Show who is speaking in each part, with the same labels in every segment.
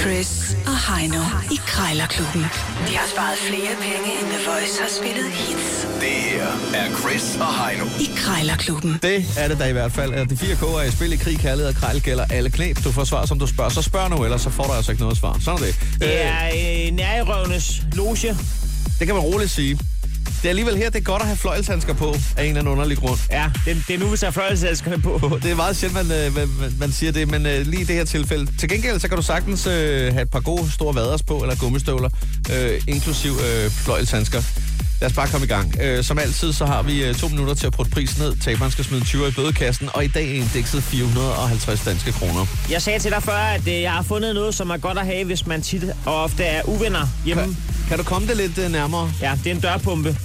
Speaker 1: Chris og Heino i Krejlerklubben. De har sparet flere penge, end The Voice har spillet hits
Speaker 2: Det her er Chris og Heino.
Speaker 1: i Krejlerklubben.
Speaker 3: Det er det da i hvert fald. De fire K'er er i spil i krig, kærlighed og krejl gælder alle knep. Du får svar, som du spørger. Så spørg nu, ellers så får du altså ikke noget svar. Sådan er det.
Speaker 4: Det
Speaker 3: Øh,
Speaker 4: er øh, nærrøvenes loge.
Speaker 3: det kan man roligt sige. Det er alligevel her, det er godt at have fløjelshandsker på, af en eller anden underlig grund.
Speaker 4: Ja, det, det er nu, vi tager fløjelseselskerne på.
Speaker 3: Det er meget sjældent, man, øh, man, man- man siger det, men øh, lige i det her tilfælde. Til gengæld, så kan du sagtens øh, have et par gode store vaders på, eller gummistøvler, øh, inklusiv øh, fløjelshandsker. Lad os bare komme i gang. Øh, som altid, så har vi øh, to minutter til at putte prisen ned. Taberen skal smide en 20 i bødekassen, og i dag er indekset 450 danske kroner.
Speaker 4: Jeg sagde til dig før, at øh, jeg har fundet noget, som er godt at have, hvis man tit og ofte er uvenner hjemme.
Speaker 3: Kan, kan du komme det lidt øh, nærmere?
Speaker 4: Ja, det er en dørpumpe.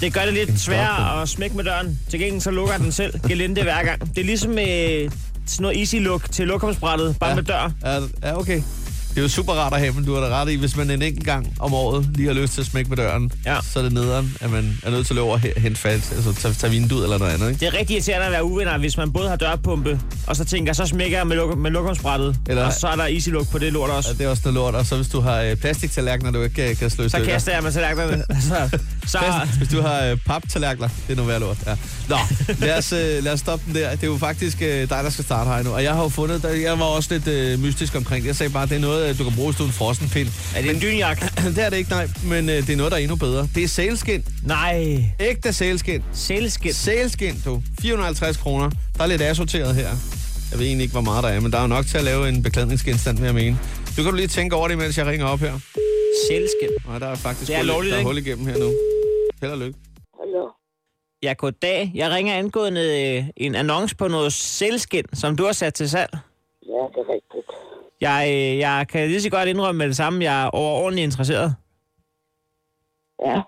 Speaker 4: Det gør det lidt sværere
Speaker 3: dørpumpe.
Speaker 4: at smække med døren. Til gengæld så lukker den selv gelinde hver gang. Det er ligesom øh, sådan noget easy look til lokumsbrættet, bare
Speaker 3: Ja.
Speaker 4: med dør.
Speaker 3: Ja, ja, okay. Det er jo super rart at have, men du har da ret i, hvis man en enkelt gang om året lige har lyst til at smække med døren,
Speaker 4: Ja.
Speaker 3: så er det nederen, at man er nødt til at løbe over og he- hente fat, altså tage, tage vinduet ud eller noget andet, ikke?
Speaker 4: Det er rigtig irriterende at være uvenner, hvis man både har dørpumpe, og så tænker, så smækker jeg med, luk- med lokumsbrættet,
Speaker 3: Eller-
Speaker 4: Eller... og så er der easy look på det lort også.
Speaker 3: Ja, det er også noget lort. Og så hvis du har øh, plastiktallerkener, du ikke øh, kan slå i
Speaker 4: Så
Speaker 3: stykker.
Speaker 4: kaster jeg mig tallerkenerne. så, så,
Speaker 3: Plastik- Hvis du har øh, paptallerkener, det er noget værd lort. Ja. Nå, lad os, øh, lad os stoppe den der. Det er jo faktisk øh, dig, der skal starte her nu. Og jeg har jo fundet, der, jeg var også lidt øh, mystisk omkring det. Jeg sagde bare, at det er noget, øh, du kan bruge, hvis du er en frossenpind.
Speaker 4: er det en dynjak?
Speaker 3: det er det ikke, nej. Men øh, det er noget, der er endnu bedre. Det er sælskin.
Speaker 4: Nej,
Speaker 3: Ægte sælskin.
Speaker 4: sælskind.
Speaker 3: Sælskin, du. 450 kroner. Der er lidt assorteret her. Jeg ved egentlig ikke, hvor meget der er, men der er jo nok til at lave en beklædningsgenstand, vil jeg mene. Du kan du lige tænke over det, mens jeg ringer op her.
Speaker 4: Sælskind.
Speaker 3: Nej, der er faktisk
Speaker 4: Det er
Speaker 3: hul,
Speaker 4: lovligt,
Speaker 3: der er
Speaker 4: ikke?
Speaker 3: hul igennem her nu. Held og lykke.
Speaker 5: Hallo.
Speaker 4: Ja, goddag. Jeg ringer angående øh, en annonce på noget sælskind, som du har sat til salg.
Speaker 5: Ja, det er rigtigt.
Speaker 4: Jeg, øh, jeg kan lige så godt indrømme med det samme, jeg er overordentligt interesseret.
Speaker 5: Ja.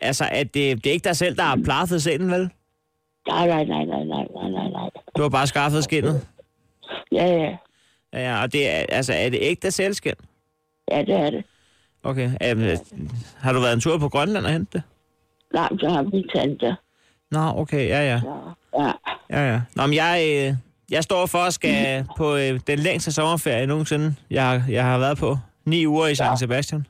Speaker 4: Altså, at det, det er ikke dig selv, der har plaffet sælen, vel?
Speaker 5: Nej, nej, nej, nej, nej, nej, nej, nej.
Speaker 4: Du har bare skaffet skindet.
Speaker 5: Ja, ja.
Speaker 4: Ja, og det er, altså, er det ægte sælskind?
Speaker 5: Ja, det er det.
Speaker 4: Okay. Øhm, øh, har du været en tur på Grønland og hentet det?
Speaker 5: Nej, men så har min tante.
Speaker 4: Nå, okay, ja, ja.
Speaker 5: Ja.
Speaker 4: Ja, ja. Nå, men jeg, øh, jeg står for at skal på øh, den længste sommerferie nogensinde, jeg, har- jeg har været på. Ni uger i San Sebastian.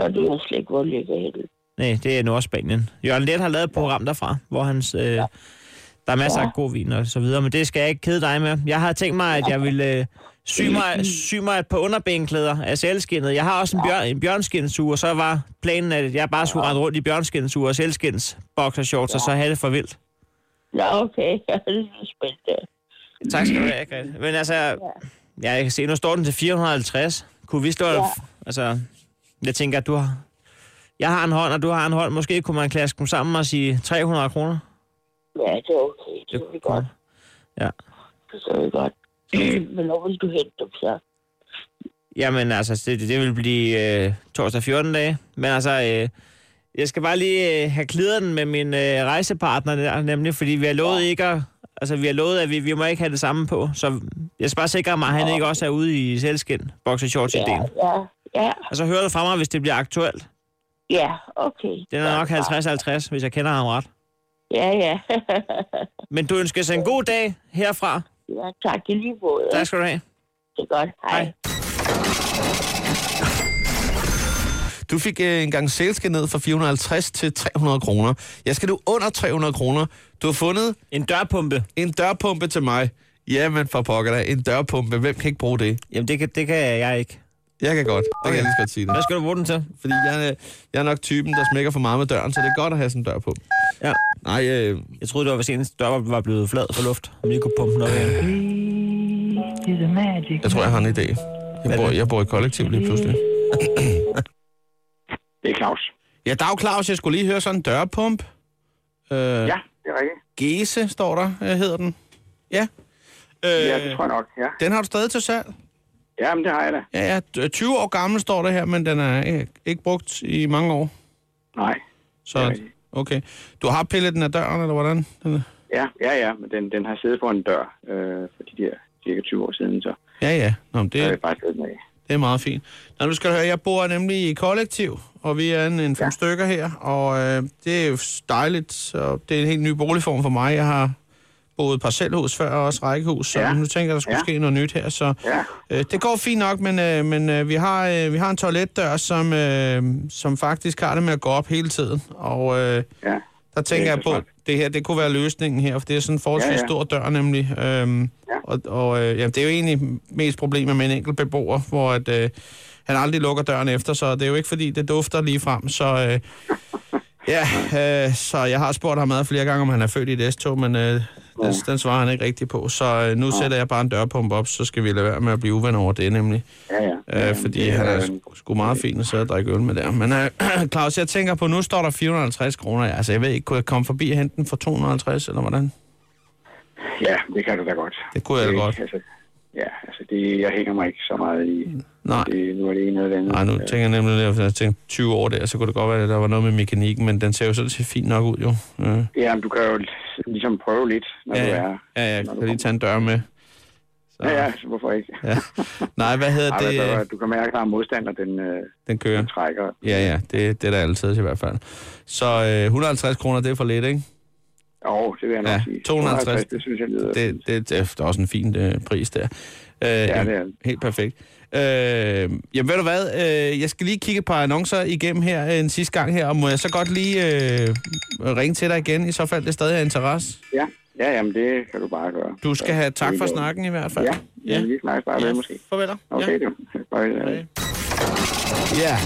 Speaker 5: Så du har slet ikke, hvor ligger henne.
Speaker 4: Nej, det er Nordspanien. Jørgen Let har lavet et program derfra, hvor hans, øh, der er masser af god vin og så videre, men det skal jeg ikke kede dig med. Jeg har tænkt mig, at jeg vil øh, sy, mig, sy mig et par underbenklæder af sælskindet. Jeg har også en, bjør, en bjørnskinsur, og så var planen, at jeg bare skulle rende rundt i bjørnskinsur og sælskins boxershorts, og så have det for vildt.
Speaker 5: Nå, okay. Jeg er lidt spændt.
Speaker 4: Tak skal du have, Grete. Men altså, ja. jeg kan se, nu står den til 450. Kunne vi stå... Ja. Altså, jeg tænker, at du har... Jeg har en hånd, og du har en hånd. Måske kunne man klaske dem sammen og sige 300 kroner.
Speaker 5: Ja, det er okay. Det er vi godt.
Speaker 4: Ja.
Speaker 5: Det er vi godt. Men når vil du hente dem så?
Speaker 4: Jamen altså, det, det vil blive øh, torsdag 14 dage. Men altså, øh, jeg skal bare lige øh, have klidet den med min øh, rejsepartner der, nemlig, fordi vi har lovet ikke at... Altså, vi har lovet, at vi, vi må ikke have det samme på. Så jeg skal bare sikre mig, at han ikke også er ude i selvskin, boxershorts-ideen.
Speaker 5: Ja, ja, ja.
Speaker 4: Og så hører du fra mig, hvis det bliver aktuelt.
Speaker 5: Ja, okay.
Speaker 4: Den er nok 50-50, hvis jeg kender ham ret.
Speaker 5: Ja, ja.
Speaker 4: Men du ønsker sig en god dag herfra.
Speaker 5: ja, tak i lige måde.
Speaker 4: Tak skal du have.
Speaker 5: Det er godt. Hej.
Speaker 4: Hej.
Speaker 3: Du fik øh, en gang sælskin ned fra 450 til 300 kroner. Jeg skal nu under 300 kroner. Du har fundet
Speaker 4: En dørpumpe.
Speaker 3: en dørpumpe til mig. Jamen for pokker da, en dørpumpe. Hvem kan ikke bruge det?
Speaker 4: Jamen, det kan, det kan jeg ikke.
Speaker 3: Jeg kan godt. Det kan jeg lige så godt sige det.
Speaker 4: Hvad skal du bruge den til?
Speaker 3: Fordi jeg, øh, jeg er nok typen, der smækker for meget med døren, så det er godt at have sådan en dørpumpe.
Speaker 4: Ja.
Speaker 3: Nej, øh,
Speaker 4: Jeg troede, det var, hvis ens dør var- var blevet flad for luft. Om lige kunne pumpe den op igen.
Speaker 3: jeg tror, jeg har en idé. Jeg
Speaker 4: er
Speaker 3: bor,
Speaker 4: det?
Speaker 3: jeg bor i kollektiv lige pludselig.
Speaker 6: Det er Claus.
Speaker 7: Ja, Dag Claus, jeg skulle lige høre sådan en dørpump. Øh, ja.
Speaker 6: Ja, det er rigtigt.
Speaker 7: Gese står der, øh, hedder den. Ja. Øh,
Speaker 6: Ja, det tror jeg nok, ja.
Speaker 7: Den har du stadig til salg?
Speaker 6: Ja, men det har jeg da.
Speaker 7: Ja, ja. t- 20 år gammel står det her, men den er ikke, ikke brugt i mange år.
Speaker 6: Nej. Det er
Speaker 7: Så,
Speaker 6: rigtigt.
Speaker 7: okay. Du har pillet den af døren, eller hvordan? Eller-
Speaker 6: Ja, ja, ja, men den, den har siddet på en dør øh, for de der cirka 20 år siden, så
Speaker 7: Ja, ja. Nå, men
Speaker 6: jeg
Speaker 7: det,
Speaker 6: vil bare slå den af.
Speaker 7: det er meget fint. Nå, du skal høre, jeg bor nemlig i kollektiv, og vi er en, en fem ja. stykker her, og øh, det er jo dejligt, og det er en helt ny boligform for mig. Jeg har
Speaker 3: boet parcelhus før, og også rækkehus, så ja.
Speaker 6: Ja.
Speaker 3: nu tænker jeg, der skulle ja.
Speaker 6: Ja.
Speaker 3: ske noget nyt her. Så
Speaker 6: Ja.
Speaker 3: øh, det går fint nok, men, øh, men øh, vi, har, øh, vi har en toiletdør, som, øh, som faktisk har det med at gå op hele tiden. Og øh, der
Speaker 6: Ja.
Speaker 3: tænker
Speaker 6: Det er
Speaker 3: jeg på,
Speaker 6: smart.
Speaker 3: det her det kunne være løsningen her, for det er sådan en forholdsvis ja,
Speaker 6: Ja,
Speaker 3: ja.
Speaker 6: ja.
Speaker 3: stor dør nemlig. Øhm, ja. Og, og øh, ja, det er jo egentlig mest problemer med en enkelt beboer, hvor at, øh, han aldrig lukker døren efter, så det er jo ikke fordi, det dufter lige frem. Så øh, ja, øh, så jeg har spurgt ham meget flere gange, om han er født i et S-tog, men øh, den, den svarer han ikke rigtigt på. Så øh, nu sætter jeg bare en dørpumpe op, så skal vi lade være med at blive uvenner over det nemlig.
Speaker 6: Ja, ja.
Speaker 3: Øh, fordi
Speaker 6: det
Speaker 3: han er
Speaker 6: øh,
Speaker 3: sgu- sgu meget fin at sidde og drikke øl med der. Men øh, Claus, jeg tænker på, nu står der 450 kroner. Altså, jeg ved ikke, kunne jeg komme forbi og hente den for 250, eller hvordan?
Speaker 6: Ja, det kan du da godt.
Speaker 3: Det kunne jeg da
Speaker 6: er
Speaker 3: godt.
Speaker 6: ikke- Altså, ja, altså det, jeg hænger mig ikke så meget i.
Speaker 3: Nej.
Speaker 6: Det, nu er det ene eller det andet.
Speaker 3: Nej, nu
Speaker 6: Øh,
Speaker 3: tænker jeg nemlig, at jeg tænkte 20 år der, så kunne det godt være, at der var noget med mekanikken, men den ser jo sådan set fint nok ud, jo. Øh,
Speaker 6: Ja, men du kan jo l- ligesom prøve lidt, når
Speaker 3: ja,
Speaker 6: du
Speaker 3: ja,
Speaker 6: er...
Speaker 3: ja, jeg
Speaker 6: når du
Speaker 3: kan lige
Speaker 6: kommer.
Speaker 3: tage en dør med. Så,
Speaker 6: Ja, ja, altså, hvorfor ikke?
Speaker 3: ja. Nej, hvad hedder
Speaker 6: Ej, det...
Speaker 3: det?
Speaker 6: altså, du kan mærke, at der er modstand, og den, øh,
Speaker 3: Den kører.
Speaker 6: den trækker.
Speaker 3: Ja, ja, det, det er der altid i hvert fald. Så øh, 150 kroner, det er for lidt, ikke?
Speaker 6: Jo, det vil jeg nok
Speaker 3: Ja,
Speaker 6: sige.
Speaker 3: 250.
Speaker 6: det synes jeg lyder...
Speaker 3: Det, det, det er også en fin øh, pris der. Øh, ja,
Speaker 6: det er det.
Speaker 3: Helt perfekt. Øh, jamen ved du hvad, øh, jeg skal lige kigge et par annoncer igennem her øh, en sidste gang her, og må jeg så godt lige øh, ringe til dig igen, i så fald det stadig er interesse.
Speaker 6: Ja, ja, jamen det kan du bare gøre.
Speaker 3: Du skal
Speaker 6: Så,
Speaker 3: have tak
Speaker 6: det er
Speaker 3: for
Speaker 6: i orden.
Speaker 3: snakken i hvert fald.
Speaker 6: Ja, ja. vi snakkes bare ved måske.
Speaker 3: Farvel. da.
Speaker 6: Okay,
Speaker 3: Ja.
Speaker 6: ja. du. Bye.
Speaker 8: Ja,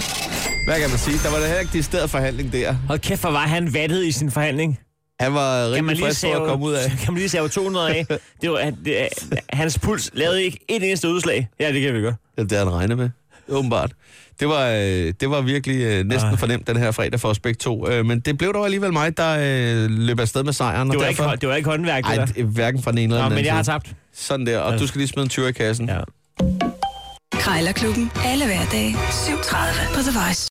Speaker 8: hvad kan man sige? Der var da heller ikke decideret forhandling der.
Speaker 4: Hold kæft, hvor var han vattet i sin forhandling.
Speaker 8: Han var
Speaker 4: Kan man
Speaker 8: rigtig
Speaker 4: lige
Speaker 8: frisk på
Speaker 4: save,
Speaker 8: at komme ud af.
Speaker 4: kan man lige save 200 af? Det var, han- det, øh, hans puls lavede ikke et eneste udslag. Ja, det kan vi gøre.
Speaker 8: Jamen, det havde han regnet med, åbenbart. Det var, øh, det var virkelig øh, næsten fornemt den her fredag for os begge to. Øh, men det blev dog alligevel mig, der øh, løb afsted med sejren.
Speaker 4: Det
Speaker 8: og
Speaker 4: var, ikke,
Speaker 8: derfor...
Speaker 4: hå- det var ikke håndværk, det
Speaker 8: Ej,
Speaker 4: der.
Speaker 8: det er hverken fra den ene eller
Speaker 4: Nå,
Speaker 8: den
Speaker 4: men
Speaker 8: anden
Speaker 4: jeg har
Speaker 8: side.
Speaker 4: tabt.
Speaker 8: Sådan der, og du skal lige smide en tyre i kassen.
Speaker 4: Ja.
Speaker 1: Krejlerklubben. Alle hverdage. 7.30 på The Voice.